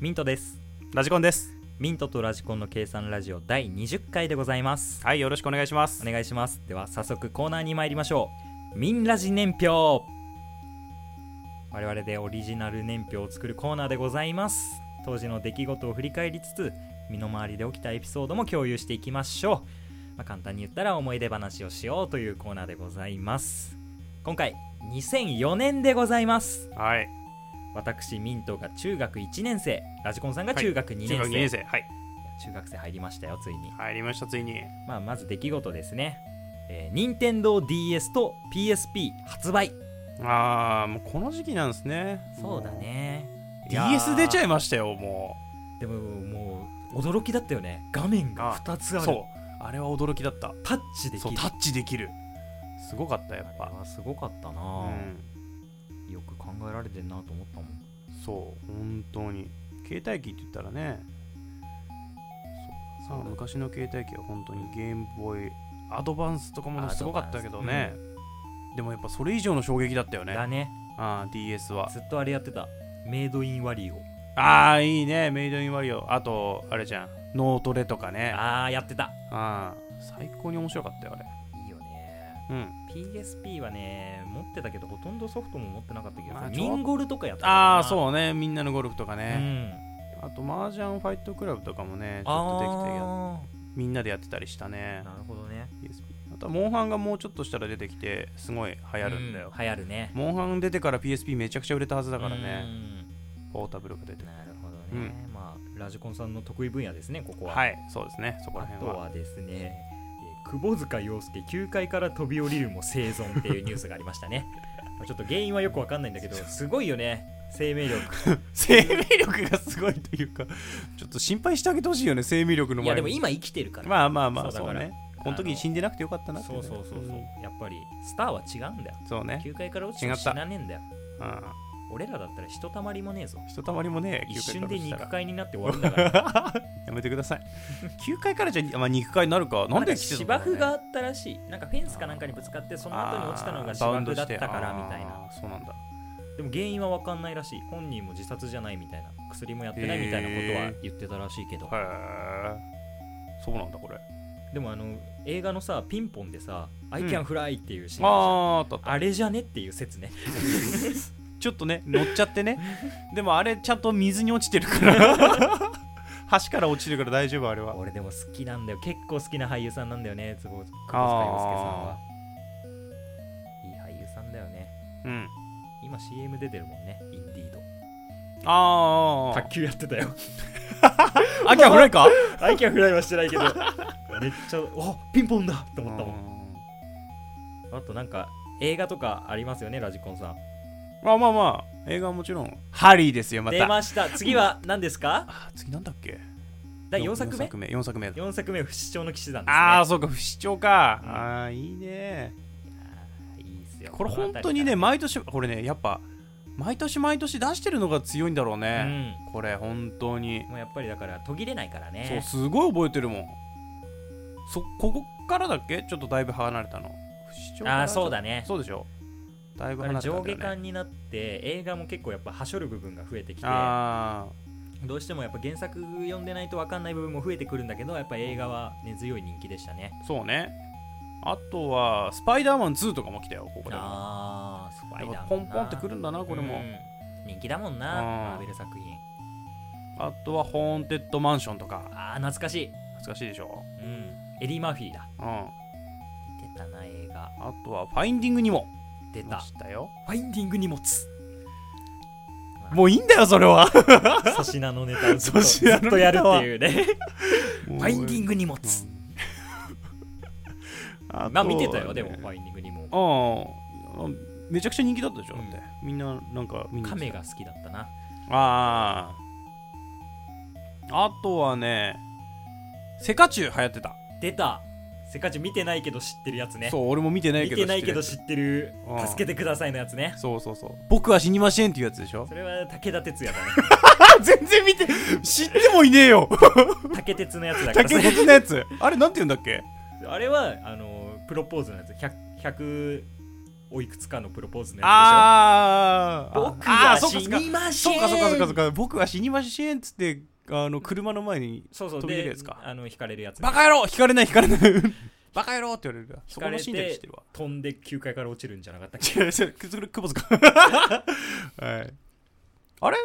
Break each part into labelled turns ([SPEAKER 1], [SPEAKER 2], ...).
[SPEAKER 1] ミントです
[SPEAKER 2] ラジコンです
[SPEAKER 1] ミントとラジコンの計算ラジオ第20回でございます
[SPEAKER 2] はいよろしくお願いします
[SPEAKER 1] お願いしますでは早速コーナーに参りましょうミンラジ年表我々でオリジナル年表を作るコーナーでございます当時の出来事を振り返りつつ身の回りで起きたエピソードも共有していきましょう、まあ、簡単に言ったら思い出話をしようというコーナーでございます今回2004年でございます
[SPEAKER 2] はい
[SPEAKER 1] 私ミントが中学1年生ラジコンさんが中学2年生、
[SPEAKER 2] 中学2年生はい
[SPEAKER 1] 中学生入りましたよついに、
[SPEAKER 2] 入りましたついに
[SPEAKER 1] まあ、まず出来事ですね、えー、任天堂 d s と PSP 発売
[SPEAKER 2] ああもうこの時期なんですね
[SPEAKER 1] そうだね
[SPEAKER 2] もう DS 出ちゃ
[SPEAKER 1] い
[SPEAKER 2] いましたよも
[SPEAKER 1] やーでももう驚きだったよね画面が2つ
[SPEAKER 2] う
[SPEAKER 1] ある
[SPEAKER 2] そうあれは驚きだった
[SPEAKER 1] タッチでき
[SPEAKER 2] そう
[SPEAKER 1] る
[SPEAKER 2] タッチできるすごかったやっ
[SPEAKER 1] あれ
[SPEAKER 2] ぱ
[SPEAKER 1] はすごかったな、
[SPEAKER 2] うん
[SPEAKER 1] よく考えられてんなと思ったもん
[SPEAKER 2] そう本当に携帯機って言ったらねそう
[SPEAKER 1] そうだ
[SPEAKER 2] 昔の携帯機は本当にゲームボーイアドバンスとかもすごかったけどね、でもやっぱそれ以上の衝撃だったよね
[SPEAKER 1] だね
[SPEAKER 2] あー DS は
[SPEAKER 1] ずっとあれやってたメイドインワリオ
[SPEAKER 2] ああいいねメイドインワリオあとあれじゃん脳トレとかねあ
[SPEAKER 1] あーやってた
[SPEAKER 2] あ最高に面白かったよあれ
[SPEAKER 1] いいよね
[SPEAKER 2] うん、
[SPEAKER 1] PSP はね持ってたけどほとんどソフトも持ってなかったけど、
[SPEAKER 2] まあちょ
[SPEAKER 1] ミンゴルとかやってたかな
[SPEAKER 2] ああそうねみんなのゴルフとか
[SPEAKER 1] う
[SPEAKER 2] ね、
[SPEAKER 1] ん
[SPEAKER 2] あと麻雀ファイトクラブとかもねちょっとできたけど
[SPEAKER 1] あ
[SPEAKER 2] みんなでやってたりしたね
[SPEAKER 1] ーなるほどね
[SPEAKER 2] PSP あとはモンハンがもうちょっとしたら出てきてすごい流行るんだよ、
[SPEAKER 1] う流行るね
[SPEAKER 2] モンハン出てから PSP めちゃくちゃ売れたはずだから
[SPEAKER 1] う
[SPEAKER 2] ね
[SPEAKER 1] ん
[SPEAKER 2] ポータブルが出て
[SPEAKER 1] なるほどね、まあラジコンさんの得意分野ですねここは、
[SPEAKER 2] はいそうですねそこら
[SPEAKER 1] あと
[SPEAKER 2] 辺は
[SPEAKER 1] はですねえー窪塚洋介9階から飛び降りるも生存っていうニュースがありま したねまあちょっと原因はよくわかんないんだけどすごいよね生命 力
[SPEAKER 2] 生命力がすごいというかちょっと心配してあげてほしいよね生命力の
[SPEAKER 1] い
[SPEAKER 2] 前
[SPEAKER 1] や
[SPEAKER 2] に
[SPEAKER 1] でも今生きてるから、
[SPEAKER 2] まあまあま
[SPEAKER 1] そ
[SPEAKER 2] あ
[SPEAKER 1] う
[SPEAKER 2] そ
[SPEAKER 1] だ
[SPEAKER 2] う
[SPEAKER 1] から
[SPEAKER 2] ねこの時に死んでなくてよかったなってい
[SPEAKER 1] そう
[SPEAKER 2] ね
[SPEAKER 1] そうそうそう、
[SPEAKER 2] ん
[SPEAKER 1] やっぱりスターは違うんだよ
[SPEAKER 2] そうね
[SPEAKER 1] 9階から落ちても
[SPEAKER 2] 違っ
[SPEAKER 1] 死
[SPEAKER 2] た
[SPEAKER 1] なねえんだよ
[SPEAKER 2] うん
[SPEAKER 1] 俺らだったらひとたまりもねえぞ
[SPEAKER 2] ひとたまりもね
[SPEAKER 1] 一
[SPEAKER 2] 9
[SPEAKER 1] 瞬で
[SPEAKER 2] 階から落ちた
[SPEAKER 1] 肉
[SPEAKER 2] ら
[SPEAKER 1] 階になって終わるんだから
[SPEAKER 2] やめてください 9階からじゃ、まあ、肉階になるかなんで来てたんだ
[SPEAKER 1] 芝
[SPEAKER 2] ろう
[SPEAKER 1] 生
[SPEAKER 2] ね
[SPEAKER 1] があったらしいなんかフェンスかなんかにぶつかってその後に落ちたのが
[SPEAKER 2] あー
[SPEAKER 1] 芝
[SPEAKER 2] バウンド
[SPEAKER 1] 生だ
[SPEAKER 2] し
[SPEAKER 1] ってたからみたいな
[SPEAKER 2] あーそうなんだ
[SPEAKER 1] でも原因は分かんないらしい本人も自殺じゃないみたいな薬もやってないみたいなことは言ってたらしいけど、
[SPEAKER 2] へえそうなんだこれ
[SPEAKER 1] でもあの映画のさピンポンでさ「I can fly」っていうシーン
[SPEAKER 2] あ
[SPEAKER 1] あ
[SPEAKER 2] ーあったあった
[SPEAKER 1] あれじゃねっていう説 ね
[SPEAKER 2] ちょっとね乗っちゃって ねでもあれちゃんと水に落ちてるから橋から落ちてるから大丈夫あれは
[SPEAKER 1] 俺でも好きなんだよ結構好きな俳優さんなんだよね坪塚洋介さん
[SPEAKER 2] あ
[SPEAKER 1] はいい俳優さんだよね
[SPEAKER 2] うん
[SPEAKER 1] 今 CM 出てるもんねインディード
[SPEAKER 2] あー
[SPEAKER 1] 卓球やってたよ
[SPEAKER 2] あきゃほらいか
[SPEAKER 1] アイキャンフライはしてないけ どめっちゃおピンポンだと 思ったもんあとなんか映画とかありますよねラジコンさん、
[SPEAKER 2] まあまあまあ映画はもちろんハリーですよま
[SPEAKER 1] 出
[SPEAKER 2] た
[SPEAKER 1] ました次は何ですか
[SPEAKER 2] あ次なんだっけ
[SPEAKER 1] 第4作
[SPEAKER 2] 四
[SPEAKER 1] 目
[SPEAKER 2] 作目4作目だ
[SPEAKER 1] 4作目不死鳥の騎士団です、ね、
[SPEAKER 2] ああそうか不死鳥か、
[SPEAKER 1] うん
[SPEAKER 2] ああいいね
[SPEAKER 1] いいっすよ
[SPEAKER 2] これ本当にね
[SPEAKER 1] こ
[SPEAKER 2] 毎年これねやっぱ毎年毎年出してるのが強いんだろう
[SPEAKER 1] の辺
[SPEAKER 2] ね、
[SPEAKER 1] りから
[SPEAKER 2] これ本当に
[SPEAKER 1] うん、もうやっぱりだから途切れないから
[SPEAKER 2] そう
[SPEAKER 1] ね
[SPEAKER 2] すごい覚えてるもんそここからだっけちょっとだいぶ離れたの不死鳥から
[SPEAKER 1] ああそうだね
[SPEAKER 2] そうでしょだいぶ
[SPEAKER 1] だから
[SPEAKER 2] 離れたんだ
[SPEAKER 1] 上
[SPEAKER 2] よ、ね、
[SPEAKER 1] 下巻になって映画も結構やっぱはしょる部分が増えてきて
[SPEAKER 2] あ
[SPEAKER 1] どうしてもやっぱ原作読んでないと分かんない部分も増えてくるんだけどやっぱ映画は根強い人気でしたね
[SPEAKER 2] あそうねあとはスパイダーマン2とかも来たよここでも
[SPEAKER 1] ああスパ
[SPEAKER 2] や
[SPEAKER 1] イ
[SPEAKER 2] っ
[SPEAKER 1] ダーマ
[SPEAKER 2] ぱ
[SPEAKER 1] ン
[SPEAKER 2] ポンポンってく
[SPEAKER 1] る
[SPEAKER 2] るんだなこれも、
[SPEAKER 1] 人気だもんな
[SPEAKER 2] うん
[SPEAKER 1] マーベル作品
[SPEAKER 2] あとはホーンテッドマンションとか
[SPEAKER 1] ああ懐かしい、
[SPEAKER 2] 懐かしいでしょ
[SPEAKER 1] うん、エディ・マーフィーだ
[SPEAKER 2] うんあ
[SPEAKER 1] 出たな映画
[SPEAKER 2] とはファインディングにも
[SPEAKER 1] 出
[SPEAKER 2] 出
[SPEAKER 1] た
[SPEAKER 2] したよ
[SPEAKER 1] ファインディング荷物
[SPEAKER 2] もういいんだよそれは
[SPEAKER 1] 粗品のネタをずっと
[SPEAKER 2] 粗品の
[SPEAKER 1] ずっとやるって
[SPEAKER 2] ネタは
[SPEAKER 1] いうね
[SPEAKER 2] フ
[SPEAKER 1] ファインディング荷物
[SPEAKER 2] あ
[SPEAKER 1] まあ見てたよでもフ
[SPEAKER 2] あ
[SPEAKER 1] ァインディング荷物
[SPEAKER 2] あめちゃくちゃ人気だったでしょ、
[SPEAKER 1] うん
[SPEAKER 2] だってみんななんかみんな
[SPEAKER 1] 亀が好きだったな
[SPEAKER 2] あああとはねセカチュウ流行ってた、
[SPEAKER 1] 出たセカチュ見てないけど知ってるやつね
[SPEAKER 2] そう俺も見てない
[SPEAKER 1] 見
[SPEAKER 2] けど
[SPEAKER 1] てないけど知
[SPEAKER 2] 知って
[SPEAKER 1] ってる
[SPEAKER 2] うん
[SPEAKER 1] 助けてくださいのやつね
[SPEAKER 2] るそうそうそう僕は死にませんっていうやつでしょ
[SPEAKER 1] それは武田鉄矢だね
[SPEAKER 2] あ 全然見て知ってもいねえよ
[SPEAKER 1] 竹鉄のやつだから
[SPEAKER 2] 竹
[SPEAKER 1] それ
[SPEAKER 2] 本のやつあれなんて言うんだっけ
[SPEAKER 1] あれはあのプロポーズのやつ100 100おいくつかのプロポーズのや
[SPEAKER 2] あ
[SPEAKER 1] つでし
[SPEAKER 2] ー
[SPEAKER 1] ょ
[SPEAKER 2] あ
[SPEAKER 1] 僕は
[SPEAKER 2] ーそっかそ
[SPEAKER 1] 死
[SPEAKER 2] っか
[SPEAKER 1] にましぇ
[SPEAKER 2] そ
[SPEAKER 1] ん
[SPEAKER 2] うかそうかそうかそうか僕は死にましぇんっつってあの車の前に
[SPEAKER 1] そうそう
[SPEAKER 2] 飛び出る
[SPEAKER 1] で
[SPEAKER 2] やつか
[SPEAKER 1] あの引かれるやつ
[SPEAKER 2] バカ野郎引かれない引かれない バカ野郎って言われるから そこのシーンだけ知ってるわ
[SPEAKER 1] 飛んで9階から落ちるんじゃなかったっけ
[SPEAKER 2] 違う それそれ久保田かはいあれ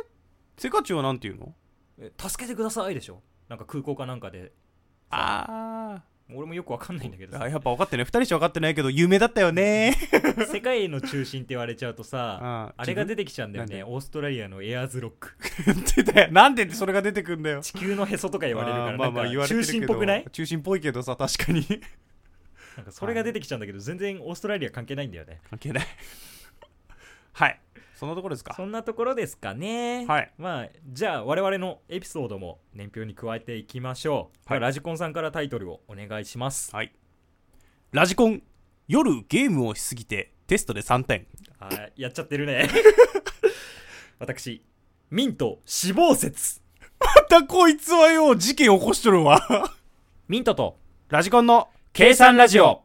[SPEAKER 2] セカチュウはなんて言うの
[SPEAKER 1] え助けてくださいでしょなんか空港かなんかで
[SPEAKER 2] あ
[SPEAKER 1] 俺もよくわかんないんだけど
[SPEAKER 2] あ
[SPEAKER 1] さ
[SPEAKER 2] やっぱ分かってない2人しか分かってないけど有名だったよね
[SPEAKER 1] 世界の中心って言われちゃうとさ
[SPEAKER 2] あ
[SPEAKER 1] あれが出てきちゃうんだよね
[SPEAKER 2] な
[SPEAKER 1] オーストラリアのエアーズロック
[SPEAKER 2] てたよなんでそれが出てくんだよ
[SPEAKER 1] 地球のへそとか言われるから
[SPEAKER 2] あーまあまあ
[SPEAKER 1] なん
[SPEAKER 2] 言
[SPEAKER 1] か
[SPEAKER 2] われてる
[SPEAKER 1] 中
[SPEAKER 2] け
[SPEAKER 1] 心
[SPEAKER 2] ど
[SPEAKER 1] っぽく ない
[SPEAKER 2] 中心っぽいけどさ 確かに
[SPEAKER 1] なんかそれが出てきちゃうんだけど全然オーストラリア関係ないんだよね
[SPEAKER 2] 関係ないはいそんなところですか
[SPEAKER 1] そんなところですかね
[SPEAKER 2] はい
[SPEAKER 1] まあじゃあ我々のエピソードも年表に加えていきましょう、
[SPEAKER 2] はい
[SPEAKER 1] ラジコンさんからタイトルをお願いします
[SPEAKER 2] はいラジコン夜ゲームをしすぎてテストで3点
[SPEAKER 1] はいやっちゃってる ね私ミント死亡説
[SPEAKER 2] またこいつはよ事件起こしとるわ
[SPEAKER 1] ミントと
[SPEAKER 2] ラジコンの
[SPEAKER 1] 計算ラジオ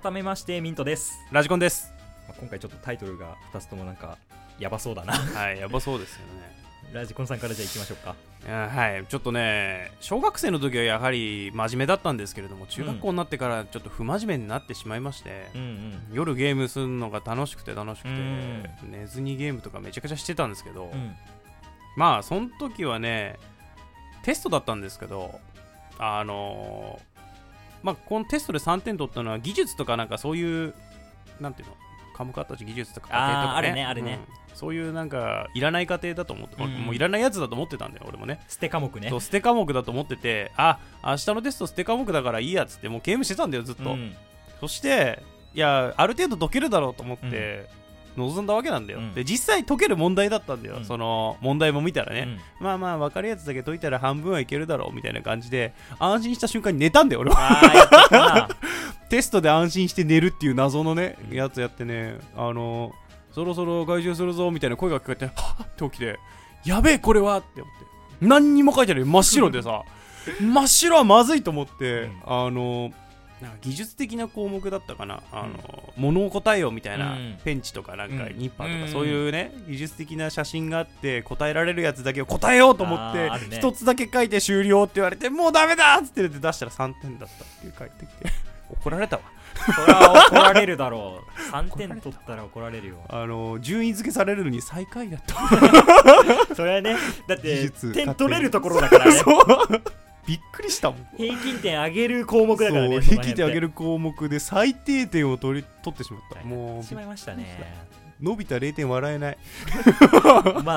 [SPEAKER 1] 改めましてミントです、
[SPEAKER 2] ラジコ ンです
[SPEAKER 1] まあ今回ちょっとタイトルが2つともなんかやばそうだ な
[SPEAKER 2] はいやばそうですよね
[SPEAKER 1] ラジコンさんからじゃあ行きましょうか
[SPEAKER 2] あはいちょっとね小学生の時はやはり真面目だったんですけれども中学校になってからちょっと不真面目になってしまいまして、
[SPEAKER 1] うんうん
[SPEAKER 2] 夜ゲームするのが楽しくて楽しくて、
[SPEAKER 1] うん
[SPEAKER 2] 寝ずにゲームとかめちゃくちゃしてたんですけど、
[SPEAKER 1] うん
[SPEAKER 2] まあその時はねテストだったんですけどあのまあこのテストで3点取ったのは技術とかなんかそういうなんていうの科目あったし技術とか
[SPEAKER 1] あー
[SPEAKER 2] 家庭とか
[SPEAKER 1] あるねあるね
[SPEAKER 2] うんそういうなんかいらない過程だと思って、
[SPEAKER 1] うん
[SPEAKER 2] もういらないやつだと思ってたんだよ俺もね
[SPEAKER 1] 捨て科目ね
[SPEAKER 2] そう捨て科目だと思っててあ明日のテスト捨て科目だからいいやっつってもうゲームしてたんだよずっと、
[SPEAKER 1] うん
[SPEAKER 2] そしていやある程度解けるだろうと思って、望んだわけなんだよ、
[SPEAKER 1] うん
[SPEAKER 2] で実際解ける問題だったんだよ、
[SPEAKER 1] うん
[SPEAKER 2] その問題も見たら
[SPEAKER 1] う
[SPEAKER 2] ね、
[SPEAKER 1] ん
[SPEAKER 2] まあまあ分かるやつだけ解いたら半分はいけるだろうみたいな感じで安心した瞬間に寝たんだよ俺は
[SPEAKER 1] あーやってたな
[SPEAKER 2] テストで安心して寝るっていう謎のね
[SPEAKER 1] うん
[SPEAKER 2] やつやってねあのそろそろ外周するぞみたいな声が聞こえてはっって起きてやべえこれはって思って何にも書いてない真っ白 でさ真っ白はまずいと思って、
[SPEAKER 1] うん
[SPEAKER 2] あのなんか技術的な項目だったかなあの、物を答えようみたいな、
[SPEAKER 1] うん
[SPEAKER 2] ペンチとかなん
[SPEAKER 1] う
[SPEAKER 2] か、
[SPEAKER 1] ん
[SPEAKER 2] ニッパーと
[SPEAKER 1] うん
[SPEAKER 2] かそういうね技術的な写真があって答えられるやつだけを答えようと思っ
[SPEAKER 1] あ
[SPEAKER 2] て
[SPEAKER 1] ーあるね
[SPEAKER 2] 一、つだけ書いて終了って言われてもうダメだっつって出したら3点だったっていう書いてきて怒られたわ
[SPEAKER 1] それは怒られるだろう3点取ったら怒られるよ
[SPEAKER 2] あの順位付けされるのに最下位だっ た
[SPEAKER 1] それはねだっ
[SPEAKER 2] 技
[SPEAKER 1] て
[SPEAKER 2] 術
[SPEAKER 1] 点取れるところだ からね
[SPEAKER 2] びっくりしたもん
[SPEAKER 1] 平均点上げる項目だからね
[SPEAKER 2] そう引きてあげ
[SPEAKER 1] る
[SPEAKER 2] る項目で最低点を取り取ってしまったも
[SPEAKER 1] しまいうましたね
[SPEAKER 2] 伸びた0点笑えない
[SPEAKER 1] まあ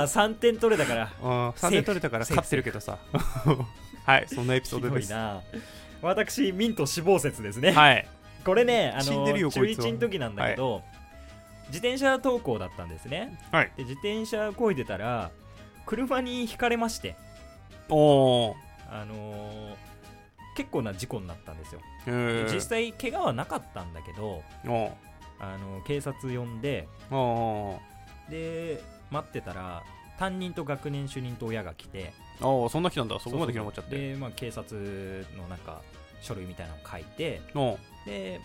[SPEAKER 1] 3点取れだから
[SPEAKER 2] あ
[SPEAKER 1] セー
[SPEAKER 2] 3
[SPEAKER 1] フ
[SPEAKER 2] 点取れたから勝ってるけどさはいそんなエピソ
[SPEAKER 1] ひ
[SPEAKER 2] ード
[SPEAKER 1] ど
[SPEAKER 2] で
[SPEAKER 1] い
[SPEAKER 2] す
[SPEAKER 1] な私ミント死亡説ですね、
[SPEAKER 2] はい
[SPEAKER 1] これねあ
[SPEAKER 2] 死ん
[SPEAKER 1] の
[SPEAKER 2] でるよ
[SPEAKER 1] 中
[SPEAKER 2] こいつは
[SPEAKER 1] 1の時なんだけど、自転車登校だったんですね
[SPEAKER 2] はい
[SPEAKER 1] で自転車こいでたら車にひかれまして
[SPEAKER 2] おお
[SPEAKER 1] あのー結構な事故になったんですよ
[SPEAKER 2] う
[SPEAKER 1] で
[SPEAKER 2] ん
[SPEAKER 1] 実際怪我はなかったんだけど
[SPEAKER 2] おう
[SPEAKER 1] あの警察呼んで
[SPEAKER 2] おうお
[SPEAKER 1] で待ってたら担任と学年主任と親が来て
[SPEAKER 2] うおうそんな来たんだそこまで来な
[SPEAKER 1] そうそ
[SPEAKER 2] かっ
[SPEAKER 1] う
[SPEAKER 2] ち
[SPEAKER 1] そ
[SPEAKER 2] ゃっ
[SPEAKER 1] う
[SPEAKER 2] て
[SPEAKER 1] で、まあ、警察のなんか書類みたいなのを書いて
[SPEAKER 2] おう
[SPEAKER 1] で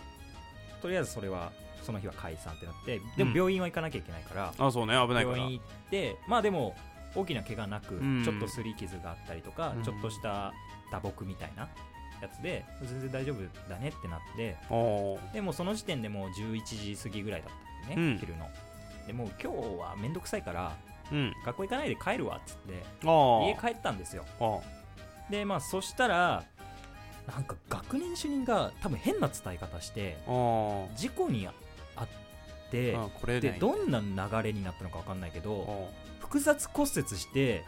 [SPEAKER 1] とりあえずそれはその日は解散ってなってでも
[SPEAKER 2] うん
[SPEAKER 1] 病院は行かなきゃいけないから、
[SPEAKER 2] あそうね危ないか
[SPEAKER 1] 病
[SPEAKER 2] ら
[SPEAKER 1] 院行ってまあでも大きな怪我なく、
[SPEAKER 2] うん
[SPEAKER 1] ちょっとすり傷があったりとか、
[SPEAKER 2] うん
[SPEAKER 1] ちょっとした打撲みたいなやつで全然大丈夫だねってなって
[SPEAKER 2] おおう
[SPEAKER 1] でもうその時点でもう11時過ぎぐらいだったんだよね、
[SPEAKER 2] うん
[SPEAKER 1] 昼のでもう今日はめんどくさいから
[SPEAKER 2] うん
[SPEAKER 1] 学校行かないで帰るわっつって
[SPEAKER 2] お
[SPEAKER 1] 家
[SPEAKER 2] う
[SPEAKER 1] 帰ったんですよ
[SPEAKER 2] おう
[SPEAKER 1] でまあそしたらなんか学年主任が多分変な伝え方して
[SPEAKER 2] おう
[SPEAKER 1] 事故にあって
[SPEAKER 2] あこれ
[SPEAKER 1] で
[SPEAKER 2] ね
[SPEAKER 1] どんな流れになったのか分かんないけど
[SPEAKER 2] おう
[SPEAKER 1] 複雑骨折して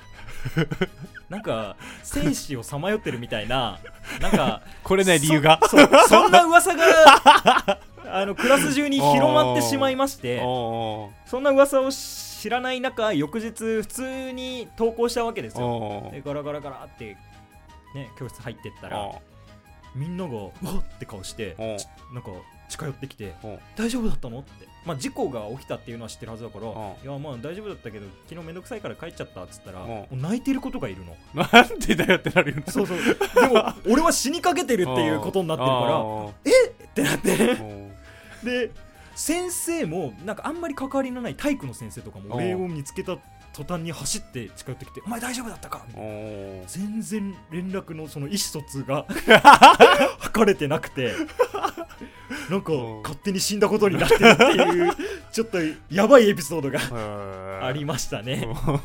[SPEAKER 1] なんか生死をさまよってるみたいななんか
[SPEAKER 2] これね理由が
[SPEAKER 1] そそうそんな噂 があのクラス中に広まってしまいまして
[SPEAKER 2] おう
[SPEAKER 1] そんな噂を知らない中翌日普通に登校したわけですよ
[SPEAKER 2] おう
[SPEAKER 1] でガラガラガラって、ね、教室入ってったら
[SPEAKER 2] おう
[SPEAKER 1] みんながうわっって顔して
[SPEAKER 2] おう
[SPEAKER 1] ちなんか近寄ってきて
[SPEAKER 2] ほう
[SPEAKER 1] 大丈夫だったのって、まあ、事故が起きたっていうのは知ってるはずだから、
[SPEAKER 2] ん
[SPEAKER 1] いやまあ大丈夫だったけど昨日めんどくさいから帰っちゃったっつったら、
[SPEAKER 2] うん
[SPEAKER 1] もう泣いてることがいるの
[SPEAKER 2] なんでだよってなるよね
[SPEAKER 1] そうそうでも俺は死にかけてるっていうことになってるか
[SPEAKER 2] あ
[SPEAKER 1] らってな って
[SPEAKER 2] ーほ
[SPEAKER 1] で先生もなんかあんまり関わりのない体育の先生とかも俺を見つけた途端に走って近寄ってきて「お前大丈夫だったか?」み
[SPEAKER 2] う
[SPEAKER 1] たいな
[SPEAKER 2] ほ
[SPEAKER 1] 全然連絡のその意思疎通 が測れてなくてなんか
[SPEAKER 2] うん
[SPEAKER 1] 勝手に死んだことになってるっていうちょっとやばいエピソードが
[SPEAKER 2] うへー
[SPEAKER 1] ありましたね
[SPEAKER 2] ほう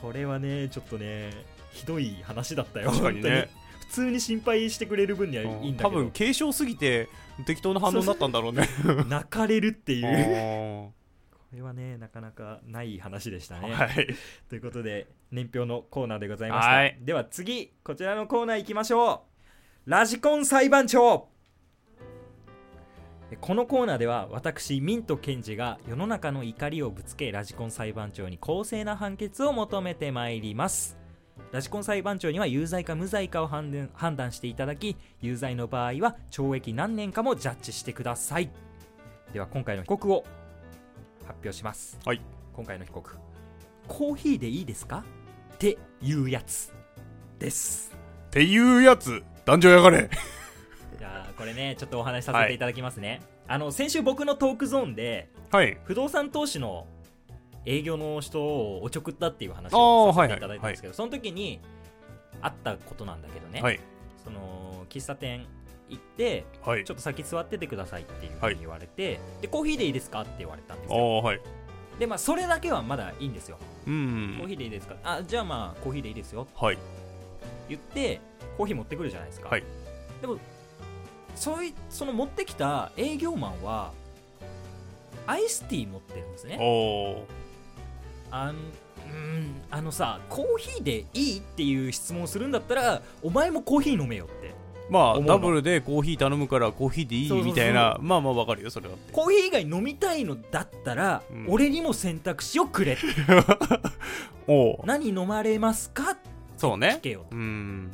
[SPEAKER 1] これはねちょっとねひどい話だったよ
[SPEAKER 2] 確か
[SPEAKER 1] 本
[SPEAKER 2] にね
[SPEAKER 1] 当に普通に心配してくれる分には
[SPEAKER 2] うん
[SPEAKER 1] いいんだ
[SPEAKER 2] 多
[SPEAKER 1] けど
[SPEAKER 2] 分軽症すぎて適当な反応になったんだろうね
[SPEAKER 1] 泣かれるっていう
[SPEAKER 2] ほ
[SPEAKER 1] これはねなかなかない話でした
[SPEAKER 2] う
[SPEAKER 1] ね、
[SPEAKER 2] はい
[SPEAKER 1] ということで年表のコーナーでございました、
[SPEAKER 2] はい
[SPEAKER 1] では次こちらのコーナー行きましょうラジコン裁判長えこのコーナーでは私ミントケンジが世の中の怒りをぶつけラジコン裁判長に公正な判決を求めてまいりますラジコン裁判長には有罪か無罪かを判断判断していただき有罪の場合は懲役何年かもジャッジしてくださいでは今回の被告を発表します
[SPEAKER 2] はい
[SPEAKER 1] 今回の被告コーヒーでいいですかっていうやつです
[SPEAKER 2] っていうやつ男女やがれ
[SPEAKER 1] いやーこれねちょっとお話しさせていただきますね、あの先週僕のトークゾーンで
[SPEAKER 2] はい
[SPEAKER 1] 不動産投資の営業の人をおちょくったっていう話
[SPEAKER 2] あー
[SPEAKER 1] をさせていただいたんですけど、その時にあったことなんだけどね、
[SPEAKER 2] はい
[SPEAKER 1] その喫茶店行って
[SPEAKER 2] はい
[SPEAKER 1] ちょっと先座っててくださいっていうふ
[SPEAKER 2] は
[SPEAKER 1] う
[SPEAKER 2] い
[SPEAKER 1] に言われて、でコーヒーでいいですかって言われたんです
[SPEAKER 2] あ
[SPEAKER 1] よ
[SPEAKER 2] あはい
[SPEAKER 1] でまあそれだけはまだいいんですよ、
[SPEAKER 2] う
[SPEAKER 1] コー
[SPEAKER 2] ん
[SPEAKER 1] ヒーでいいですかあじゃあまあコーヒーでいいですよ
[SPEAKER 2] はい
[SPEAKER 1] 言ってコーヒー持ってくるじゃないですか、
[SPEAKER 2] はい
[SPEAKER 1] でもそういその持ってきた営業マンはアイスティー持ってるんですね
[SPEAKER 2] お
[SPEAKER 1] あんうんあのさコーヒーでいいっていう質問するんだったらお前もコーヒー飲めよって思
[SPEAKER 2] まあ
[SPEAKER 1] うの
[SPEAKER 2] ダブルでコーヒー頼むからコーヒーでいい
[SPEAKER 1] そうそうそう
[SPEAKER 2] みたいなまあまあわかるよそれはって
[SPEAKER 1] コーヒー以外飲みたいのだったら、
[SPEAKER 2] うん
[SPEAKER 1] 俺にも選択肢をくれって
[SPEAKER 2] おう
[SPEAKER 1] 何飲まれますかって
[SPEAKER 2] そう
[SPEAKER 1] 聞
[SPEAKER 2] ね
[SPEAKER 1] けよと
[SPEAKER 2] うん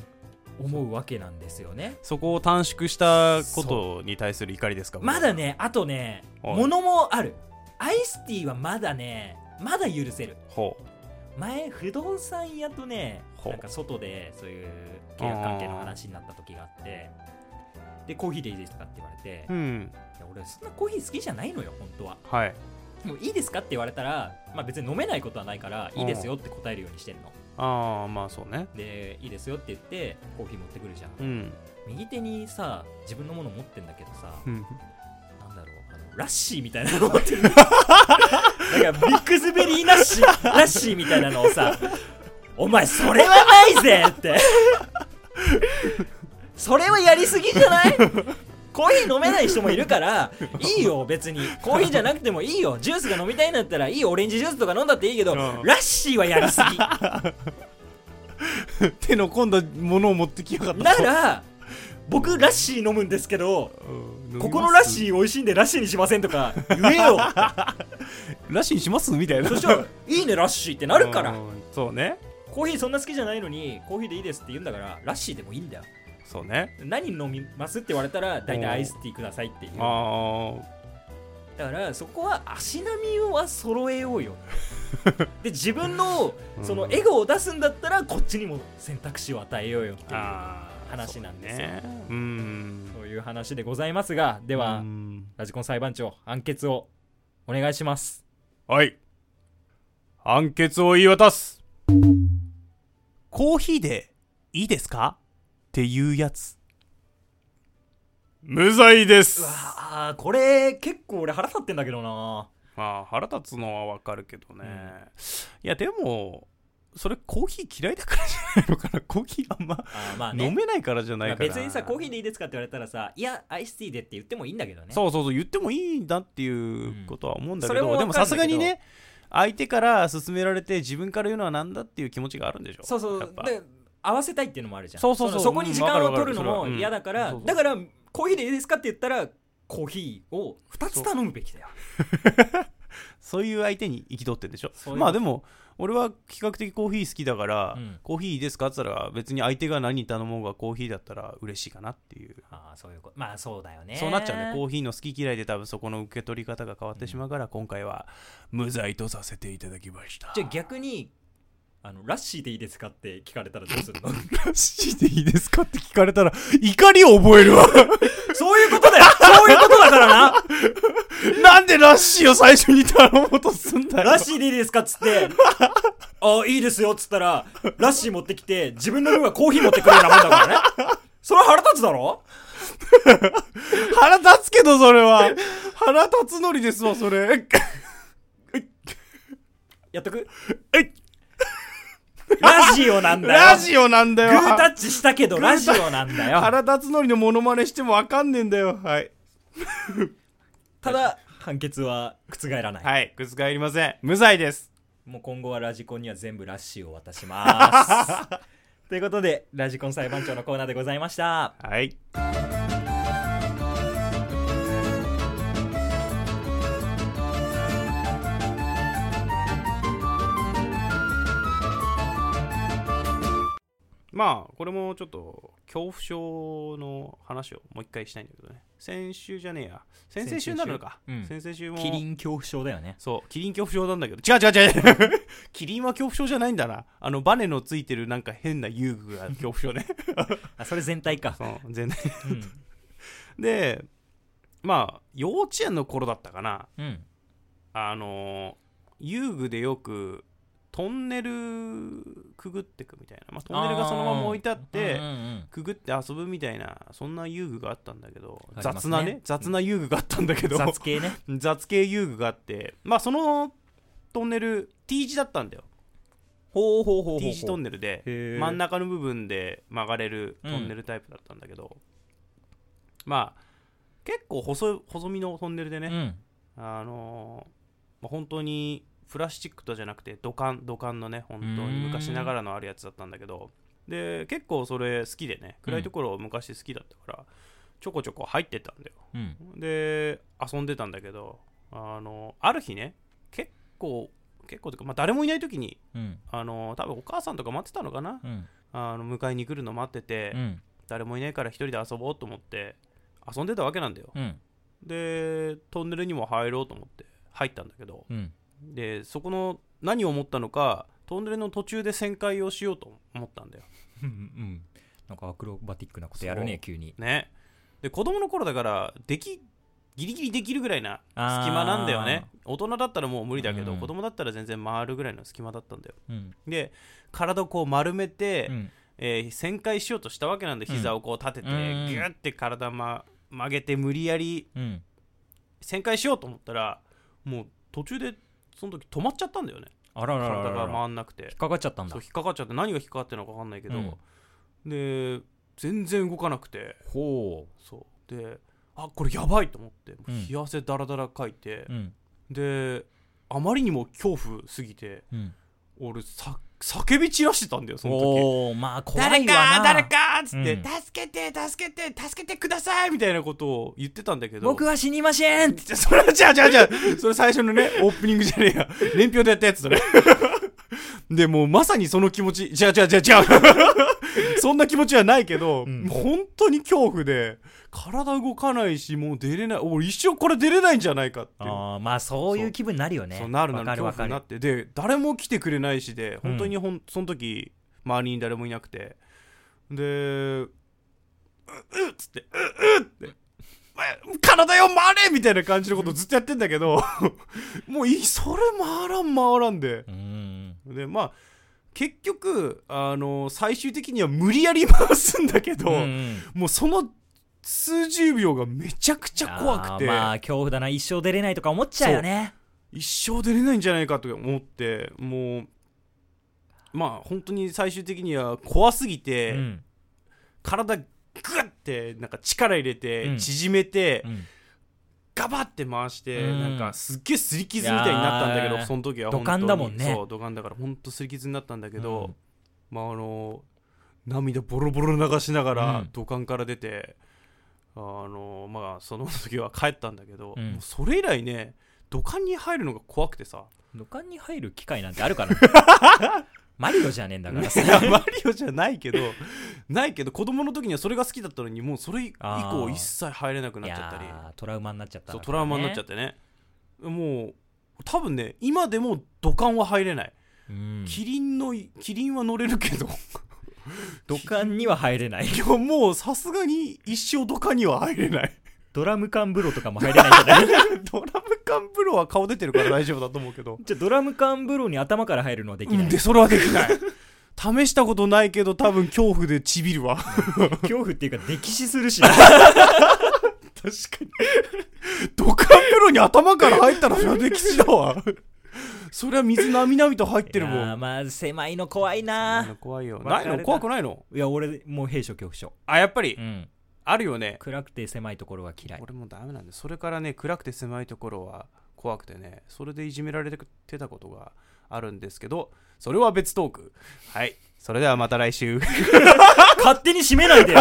[SPEAKER 1] 思うわけなんですよね
[SPEAKER 2] そこを短縮したことに対する怒りですか
[SPEAKER 1] まだねあとね
[SPEAKER 2] はい
[SPEAKER 1] 物もあるアイスティーはまだねまだ許せる
[SPEAKER 2] ほう
[SPEAKER 1] 前不動産屋とね
[SPEAKER 2] ほう
[SPEAKER 1] なんか外でそういう契約関係の話になった時があってでコーヒーでいいですかって言われて、
[SPEAKER 2] う
[SPEAKER 1] い
[SPEAKER 2] ん
[SPEAKER 1] や俺そんなコーヒー好きじゃないのよ本当は
[SPEAKER 2] はい
[SPEAKER 1] でもいいですかって言われたら、まあ、別に飲めないことはないから
[SPEAKER 2] うん
[SPEAKER 1] いいですよって答えるようにしてんの
[SPEAKER 2] ああまあそうね
[SPEAKER 1] でいいですよって言ってコーヒー持ってくるじゃん
[SPEAKER 2] うん
[SPEAKER 1] 右手にさ自分のもの持ってんだけどさ
[SPEAKER 2] うん
[SPEAKER 1] なんだろうあのラッシーみたいなの持ってるなんかミックスベリーナッシーラッシーみたいなのをさお前それはないぜってそれはやりすぎじゃないコーヒー飲めない人もいるからいいよ別にコーヒーじゃなくてもいいよジュースが飲みたいんだったらいいよオレンジジュースとか飲んだっていいけど、
[SPEAKER 2] うん
[SPEAKER 1] ラッシーはやりすぎ
[SPEAKER 2] 手の込んだものを持ってきやがった
[SPEAKER 1] なら僕ラッシー飲むんですけど
[SPEAKER 2] うん
[SPEAKER 1] ここのラッ
[SPEAKER 2] ー
[SPEAKER 1] シー美味しいんでラッシーにしませんとか言えよ
[SPEAKER 2] ラッシーにしますみたい な
[SPEAKER 1] そしたら「いいねラッシー」ってなるから
[SPEAKER 2] うんそうね
[SPEAKER 1] コーヒーそんな好きじゃないのにコーヒーでいいですって言うんだからラッシーでもいいんだよ
[SPEAKER 2] そうね
[SPEAKER 1] 何飲みますって言われたら大体アイスティーくださいっていうだ
[SPEAKER 2] あ
[SPEAKER 1] からそこは足並みは揃えようよ で自分の
[SPEAKER 2] うん
[SPEAKER 1] その笑顔を出すんだったらこっちにも選択肢を与えようよって
[SPEAKER 2] あ
[SPEAKER 1] いう
[SPEAKER 2] ああ
[SPEAKER 1] 話なんですよ
[SPEAKER 2] ねうん
[SPEAKER 1] そういう話でございますがで
[SPEAKER 2] で
[SPEAKER 1] はラジコン裁判長判決をお願いします
[SPEAKER 2] はい。判決を言い渡す。コーヒーでいいですかっていうやつ。無罪です
[SPEAKER 1] うわあこれ結構俺腹立ってんだけどな
[SPEAKER 2] まあ、腹立つのはわかるけどね。いや、でも、それコーヒー嫌いだからじゃないのかな。 コーヒーあんま
[SPEAKER 1] あーまあね
[SPEAKER 2] 飲めないからじゃな
[SPEAKER 1] ま
[SPEAKER 2] い
[SPEAKER 1] あ
[SPEAKER 2] かな。
[SPEAKER 1] 別にさコーヒ
[SPEAKER 2] ー
[SPEAKER 1] ーでいいですかって言われたらさいやアイスティーでって言ってもいいんだけどね
[SPEAKER 2] そうそうそう、言ってもいいんだっていうことは思うんだ
[SPEAKER 1] うんそ
[SPEAKER 2] け
[SPEAKER 1] れ
[SPEAKER 2] ど、
[SPEAKER 1] もわか
[SPEAKER 2] で
[SPEAKER 1] るん
[SPEAKER 2] も
[SPEAKER 1] だけど
[SPEAKER 2] さすがにね、相手から勧められて自分から言うのはなんだっていう気持ちがあるんでしょ
[SPEAKER 1] そうそう
[SPEAKER 2] やっぱ
[SPEAKER 1] で合わせたいっていうのもあるじゃん
[SPEAKER 2] そうそうそう
[SPEAKER 1] のそこに時間を取るのも
[SPEAKER 2] うん
[SPEAKER 1] 嫌だから、
[SPEAKER 2] わかるわか
[SPEAKER 1] だ
[SPEAKER 2] る
[SPEAKER 1] からコーヒーでいいですかって言ったらコーヒーを2つ頼むべきだよ
[SPEAKER 2] そういう相手に行き取ってんでしょ
[SPEAKER 1] そういうこと
[SPEAKER 2] まあでも俺は比較的コーヒー好きだから、
[SPEAKER 1] うん
[SPEAKER 2] コーヒーいいですかって言ったら別に相手が何頼もうがコーヒーだったら嬉しいかなっていう、
[SPEAKER 1] ああそういうことまあそうだよね
[SPEAKER 2] そうなっちゃうねコーヒーの好き嫌いで多分そこの受け取り方が変わってしまうから、今回は無罪とさせていただきました
[SPEAKER 1] じゃ あ逆にあのラッシーでいいですかって聞かれたらどうするの
[SPEAKER 2] ラッシーでいいですかって聞かれたら怒りを覚えるわ
[SPEAKER 1] そういうことだよそういうことだからな
[SPEAKER 2] なんでラッシーを最初に頼もうとすんだよ
[SPEAKER 1] ラッシーでいいですかっつって、 あいいですよっつったら、ラッシー持ってきて、自分の分はコーヒー持ってくるようなもんだからね。それは腹立つだろ
[SPEAKER 2] 腹立つけどそれは 腹立つのりですわそれ
[SPEAKER 1] やっとく
[SPEAKER 2] えい
[SPEAKER 1] ラジオなんだよ。
[SPEAKER 2] ラジオなんだ
[SPEAKER 1] グ
[SPEAKER 2] よ
[SPEAKER 1] ータッチしたけど、ラジオなんだよ。
[SPEAKER 2] 腹立つのりのモノマネしてもわかんねえんだよはい
[SPEAKER 1] ただ、判決は覆らない。
[SPEAKER 2] はい覆りません無罪です
[SPEAKER 1] もう今後はラジコンには全部ラッシーを渡します。と いうことで、ラジコン裁判長のコーナーでございました。
[SPEAKER 2] はいまあこれもちょっと恐怖症の話をもう一回したいんだけどね先週じゃねえや先々週になるのか
[SPEAKER 1] 先々週うん
[SPEAKER 2] 先々週
[SPEAKER 1] キ
[SPEAKER 2] も
[SPEAKER 1] リン恐怖症だよね。
[SPEAKER 2] そう、キリン恐怖症なんだけど、違う違う違う キリンは恐怖症じゃないんだな。あの、バネのついてるなんか変な遊具が恐怖症ね。
[SPEAKER 1] あ、それ全体か。
[SPEAKER 2] そう、全然。
[SPEAKER 1] うん。
[SPEAKER 2] で、まあ、幼稚園の頃だったかな。
[SPEAKER 1] うん。
[SPEAKER 2] あの、遊具でよく、トンネルくぐってくみたいな。まあ、トンネルがそのまま置いてあって
[SPEAKER 1] うんう、んうん
[SPEAKER 2] くぐって遊ぶみたいな、そんな遊具があったんだけど、
[SPEAKER 1] あります
[SPEAKER 2] 雑
[SPEAKER 1] ね
[SPEAKER 2] なね、雑な遊具があったんだけ ど、
[SPEAKER 1] 雑系ね。
[SPEAKER 2] 雑系遊具があって、まあ、そのトンネル、T 字だったんだよ。
[SPEAKER 1] ほうほうほうほうほう。
[SPEAKER 2] T 字トンネルで
[SPEAKER 1] へー
[SPEAKER 2] 真ん中の部分で曲がれるトンネルタイプだったんだけど、まあ結構細い細身のトンネルでね、あのーまあ、本当にプラスチックとじゃなくて土管土管のね本当
[SPEAKER 1] うー
[SPEAKER 2] に
[SPEAKER 1] ん
[SPEAKER 2] 昔ながらのあるやつだったんだけどで結構それ好きでね暗いところ昔好きだったから、ちょこちょこ入ってたんだよ
[SPEAKER 1] うん。うん。
[SPEAKER 2] で遊んでたんだけどあのある日ね結構結構というか、まあ、誰もいない時に
[SPEAKER 1] うん。
[SPEAKER 2] あの多分お母さんとか待ってたのかな
[SPEAKER 1] うん。
[SPEAKER 2] あの迎えに来るの待ってて、
[SPEAKER 1] うん。
[SPEAKER 2] 誰もいないから一人で遊ぼうと思って遊んでたわけなんだよ
[SPEAKER 1] うん。
[SPEAKER 2] でトンネルにも入ろうと思って入ったんだけど
[SPEAKER 1] うん。
[SPEAKER 2] でそこの何を思ったのかトンネルの途中で旋回をしようと思ったんだよ
[SPEAKER 1] うん。なんかアクロバティックなことやるね
[SPEAKER 2] そ、う
[SPEAKER 1] 急に。
[SPEAKER 2] ねで子供の頃だからできギリギリできるぐらいな
[SPEAKER 1] あー
[SPEAKER 2] 隙間なんだよね大人だったらもう無理だけど、
[SPEAKER 1] うん
[SPEAKER 2] 子供だったら全然回るぐらいの隙間だったんだよ
[SPEAKER 1] うん。
[SPEAKER 2] で体をこう丸めて、
[SPEAKER 1] うん。
[SPEAKER 2] えー旋回しようとしたわけなんで
[SPEAKER 1] うん
[SPEAKER 2] 膝をこう立てて、
[SPEAKER 1] うんうん
[SPEAKER 2] ギュッて体、ま、曲げて無理やり
[SPEAKER 1] うん。
[SPEAKER 2] 旋回しようと思ったらもう途中でその時止まっちゃったんだよね
[SPEAKER 1] あららら
[SPEAKER 2] 体
[SPEAKER 1] ららら。
[SPEAKER 2] が回んなくて
[SPEAKER 1] 引っかかっちゃったんだ
[SPEAKER 2] そう。引っかかっちゃって何が引っかかってるのか分かんないけど、で全然動かなくて
[SPEAKER 1] ほ
[SPEAKER 2] そうであこれやばいと思ってもう
[SPEAKER 1] うん
[SPEAKER 2] 冷や汗だらだらかいて
[SPEAKER 1] う。う、ん。
[SPEAKER 2] であまりにも恐怖すぎて
[SPEAKER 1] うん。
[SPEAKER 2] 俺さ叫び散らしてたんだよその時
[SPEAKER 1] おー、まあ怖いわ
[SPEAKER 2] 誰
[SPEAKER 1] な。
[SPEAKER 2] か誰かっつって、
[SPEAKER 1] うん
[SPEAKER 2] 助けて助けて助けてくださいみたいなことを言ってたんだけど
[SPEAKER 1] 僕は死にません
[SPEAKER 2] じゃそれはじゃあじゃあじゃあそれ最初のねオープニングじゃねえや年表でやったやつだねでもうまさにその気持ちじゃあじゃあじゃあ じゃあそんな気持ちはないけど、
[SPEAKER 1] うん
[SPEAKER 2] 本当に恐怖で体動かないしもう出れない俺一生これ出れないんじゃないかっていう
[SPEAKER 1] ああ、まあそういう気分になるよね。
[SPEAKER 2] そうなるな
[SPEAKER 1] わ
[SPEAKER 2] る
[SPEAKER 1] かる
[SPEAKER 2] 恐
[SPEAKER 1] わ
[SPEAKER 2] 怖
[SPEAKER 1] か
[SPEAKER 2] にな
[SPEAKER 1] る。
[SPEAKER 2] ってで誰も来てくれないしで
[SPEAKER 1] うん
[SPEAKER 2] 本当にほん、その時周りに誰もいなくてでううっつってううっってえ体よ回れみたいな感じのことずっとやってんだけど もういそれ回らん回らんで
[SPEAKER 1] うーん。
[SPEAKER 2] でまあ結局あの最終的には無理やり回すんだけど、
[SPEAKER 1] うんうん
[SPEAKER 2] もうその数十秒がめちゃくちゃ怖くて
[SPEAKER 1] あーまあ恐怖だな、一生出れないとか思っちゃうよね。
[SPEAKER 2] 一生出れないんじゃないかと思ってもうまあ本当に最終的には怖すぎ
[SPEAKER 1] う
[SPEAKER 2] て、
[SPEAKER 1] ん。
[SPEAKER 2] 体グッてなんか力入れ
[SPEAKER 1] う
[SPEAKER 2] て
[SPEAKER 1] ん
[SPEAKER 2] 縮めて、
[SPEAKER 1] うん
[SPEAKER 2] ガバって回して、
[SPEAKER 1] うん
[SPEAKER 2] なんかすっげえ擦り傷みたいになったんだけ
[SPEAKER 1] いや
[SPEAKER 2] ど
[SPEAKER 1] ー
[SPEAKER 2] その時は
[SPEAKER 1] 土管
[SPEAKER 2] 本当に
[SPEAKER 1] だもんね
[SPEAKER 2] そう土管だから本当擦り傷になったんだけど、まああの涙ボロボロ流しなが
[SPEAKER 1] う
[SPEAKER 2] ら
[SPEAKER 1] ん
[SPEAKER 2] 土管から出て、あのまあその時は帰ったんだけど、
[SPEAKER 1] うん
[SPEAKER 2] もうそれ以来ね土管に入るのが怖くてさ
[SPEAKER 1] 土管に入る機会なんてある からマリオじゃねえんだから
[SPEAKER 2] いやマリオじゃないけどないけど子供の時にはそれが好きだったのにもうそれ以
[SPEAKER 1] あ
[SPEAKER 2] 降
[SPEAKER 1] ー
[SPEAKER 2] 一切入れなくなっちゃったり
[SPEAKER 1] いやートラウマになっちゃった
[SPEAKER 2] そうトラウマになっちゃっ
[SPEAKER 1] って
[SPEAKER 2] ねもう多分ね今でも土管は入れない、
[SPEAKER 1] た、うん、
[SPEAKER 2] キリンのキリンは乗れるけど
[SPEAKER 1] 土管には入れない
[SPEAKER 2] いやもうさすがに一生土管には入れない
[SPEAKER 1] ドラム缶風呂とかも入れないんじゃない
[SPEAKER 2] ドラム缶風呂は顔出てるから大丈夫だと思うけど
[SPEAKER 1] じゃあドラム缶風呂に頭から入るのはでき
[SPEAKER 2] う
[SPEAKER 1] なんい
[SPEAKER 2] でそれはできない試したことないけど多分恐怖でちびるわ確
[SPEAKER 1] 恐怖っていうか溺死するしな
[SPEAKER 2] かに土管風呂に頭から入ったらそれは歴史だわ そりゃ水なみなみと入ってる
[SPEAKER 1] いやー
[SPEAKER 2] もん
[SPEAKER 1] まあ狭いの怖いな
[SPEAKER 2] 怖いよ
[SPEAKER 1] わか
[SPEAKER 2] な
[SPEAKER 1] る
[SPEAKER 2] い
[SPEAKER 1] な
[SPEAKER 2] の怖くないの
[SPEAKER 1] いや俺もう閉所恐怖症
[SPEAKER 2] あやっぱり、
[SPEAKER 1] うん
[SPEAKER 2] あるよね
[SPEAKER 1] 暗くて狭いところは嫌い
[SPEAKER 2] 俺もダメなんでそれからね暗くて狭いところは怖くてねそれでいじめられてたことがあるんですけどそれは別トークはいそれではまた来週
[SPEAKER 1] 勝手に閉めないでよ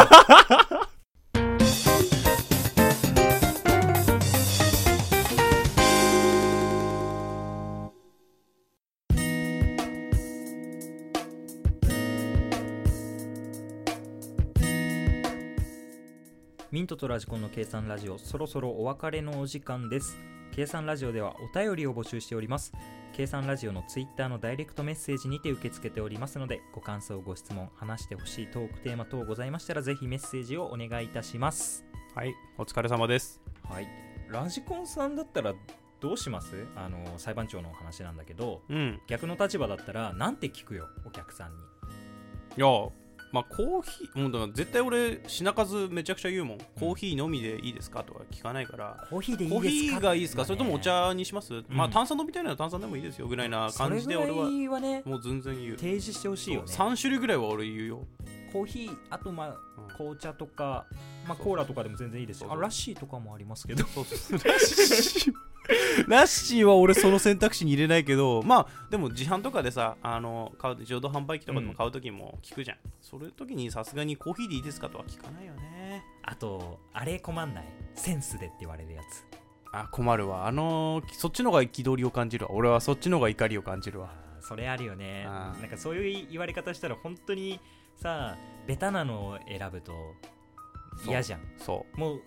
[SPEAKER 1] ミントとラジコンの計算ラジオそろそろお別れのお時間です計算ラジオではお便りを募集しております計算ラジオのツイッターのダイレクトメッセージにて受け付けておりますのでご感想ご質問話してほしいトークテーマ等ございましたらぜひメッセージをお願いいたします
[SPEAKER 2] はいお疲れ様です
[SPEAKER 1] はいラジコンさんだったらどうしますあの裁判長のお話なんだけど
[SPEAKER 2] うん
[SPEAKER 1] 逆の立場だったらなんて聞くよお客さんに
[SPEAKER 2] いやまあコーヒーもうだから絶対俺品数めちゃくちゃ言うもんコーヒーのみでいいですかとか聞かないから
[SPEAKER 1] コーヒーでいいです
[SPEAKER 2] コ
[SPEAKER 1] か
[SPEAKER 2] ーヒーがいいですかそれともお茶にします、まあ
[SPEAKER 1] うん
[SPEAKER 2] 炭酸飲みたいなら炭酸でもいいですよぐらいな感じで俺は
[SPEAKER 1] それぐらいはね
[SPEAKER 2] もう全然言う
[SPEAKER 1] 提示してほしいよね
[SPEAKER 2] 3種類ぐらいは俺言うよ、
[SPEAKER 1] コーヒーあとまあ
[SPEAKER 2] うん
[SPEAKER 1] 紅茶とか、まあ、
[SPEAKER 2] そう
[SPEAKER 1] コーラとかでも全然いいですよ
[SPEAKER 2] そ
[SPEAKER 1] あ
[SPEAKER 2] うそう
[SPEAKER 1] ラッシーとかもありますけど
[SPEAKER 2] そうそうラッシーラッシーは俺その選択肢に入れないけどまあでも自販とかでさあの買う自動販売機とかでも買う時も聞くじゃん、それ時にさすがにコーヒーでいいですかとは聞かないよね
[SPEAKER 1] あとあれ困んないセンスでって言われるやつ
[SPEAKER 2] あ困るわあのそっちの方が憤りを感じるわ俺はそっちの方が怒りを感じるわ
[SPEAKER 1] あーそれあるよね
[SPEAKER 2] あー
[SPEAKER 1] なんかそういう言われ方したら本当にさベタなのを選ぶと
[SPEAKER 2] そう
[SPEAKER 1] 嫌じゃん
[SPEAKER 2] そう
[SPEAKER 1] もう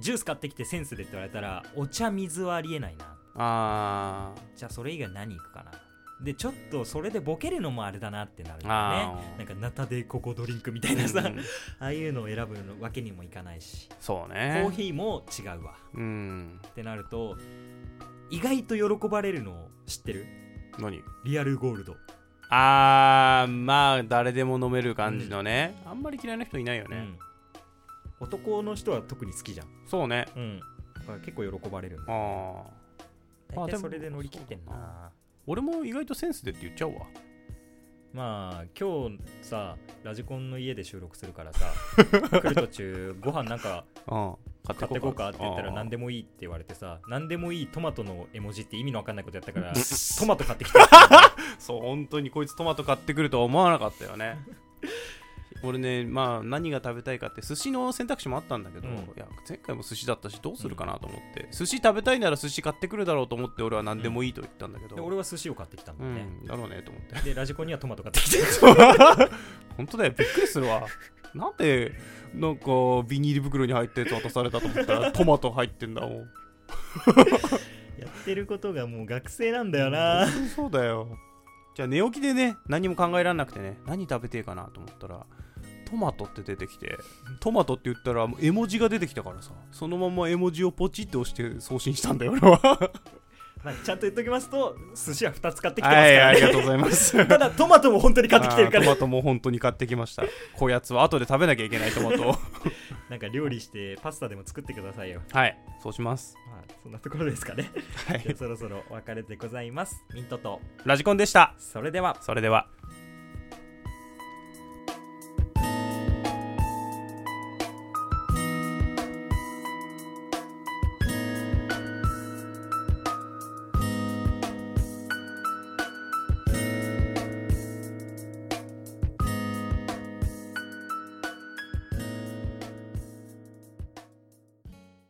[SPEAKER 1] ジュース買ってきてセンスでって言われたらお茶水はありえないな
[SPEAKER 2] あ
[SPEAKER 1] じゃあそれ以外何いくかなでちょっとそれでボケるのもあれだなってなるよ
[SPEAKER 2] あ
[SPEAKER 1] ね
[SPEAKER 2] ー
[SPEAKER 1] なんかナタデココドリンクみたいな
[SPEAKER 2] ー
[SPEAKER 1] さ、
[SPEAKER 2] うん
[SPEAKER 1] ああいうのを選ぶのわけにもいかないし
[SPEAKER 2] そう
[SPEAKER 1] コ
[SPEAKER 2] ね
[SPEAKER 1] ーヒーも違うわ
[SPEAKER 2] うん
[SPEAKER 1] ってなると意外と喜ばれるのを知ってる
[SPEAKER 2] 何
[SPEAKER 1] リアルゴールド、
[SPEAKER 2] あーまあ誰でも飲める感じのね、あんまり嫌いな人いないよね、
[SPEAKER 1] うん男の人は特に好きじゃん、
[SPEAKER 2] そうね
[SPEAKER 1] うん、だから結構喜ばれるんだ
[SPEAKER 2] ああま
[SPEAKER 1] 大
[SPEAKER 2] あで
[SPEAKER 1] 体
[SPEAKER 2] も
[SPEAKER 1] それで乗り切ってん
[SPEAKER 2] そうだ
[SPEAKER 1] な
[SPEAKER 2] 俺も意外とセンスでって言っちゃうわ
[SPEAKER 1] まあ今日さラジコンの家で収録するから さ来る途中ご飯なんか
[SPEAKER 2] うん
[SPEAKER 1] 買ってこうかって言ったら何
[SPEAKER 2] で
[SPEAKER 1] でもいいって言われてさ何でもいいトマトの絵文字って意味のわかんないことやった からト
[SPEAKER 2] マ
[SPEAKER 1] マト買ってきた
[SPEAKER 2] そう本当にこいつトマト買ってくるとは思わなかったよ ね俺ねまあ何が食べたいかって寿司の選択肢もあったんだけど、
[SPEAKER 1] うん
[SPEAKER 2] いや前回も寿司だったしどうするかなと思って、寿司食べたいなら寿司買ってくるだろうと思って俺は何でもいいと言ったんだけど、
[SPEAKER 1] で
[SPEAKER 2] うん、
[SPEAKER 1] 俺は寿司を買ってきたんだよね、
[SPEAKER 2] だろうねと思って
[SPEAKER 1] でラジコンにはトマト買ってき て
[SPEAKER 2] 本当だよびっくりするわなんでなんかビニール袋に入ったやつ渡されたと思ったらトマト入ってんだもん
[SPEAKER 1] やってることがもう学生なんだよ
[SPEAKER 2] 本当にそうだよじゃあ寝起きでね何も考えられなくてね何食べてえかなと思ったらトマトって出てきてトマトって言ったらもう絵文字が出てきたからさそのまま絵文字をポチって押して送信したんだよ俺 は
[SPEAKER 1] まあ、ちゃんと言っときますと寿司は2つ買ってきてますから、
[SPEAKER 2] は
[SPEAKER 1] ね
[SPEAKER 2] いありがとうございます
[SPEAKER 1] ただトマトも本当に買ってきてるか
[SPEAKER 2] あート
[SPEAKER 1] ら
[SPEAKER 2] マトも本当に買ってきましたこやつは後で食べなきゃいけないトマ トを
[SPEAKER 1] なんか料理してパスタでも作ってくださいよ、
[SPEAKER 2] はいそうします
[SPEAKER 1] まあ、そんなところですかね
[SPEAKER 2] は
[SPEAKER 1] じゃ
[SPEAKER 2] い
[SPEAKER 1] あそろそろお別れでございますミントと
[SPEAKER 2] ラジコンでした
[SPEAKER 1] それでは
[SPEAKER 2] それでは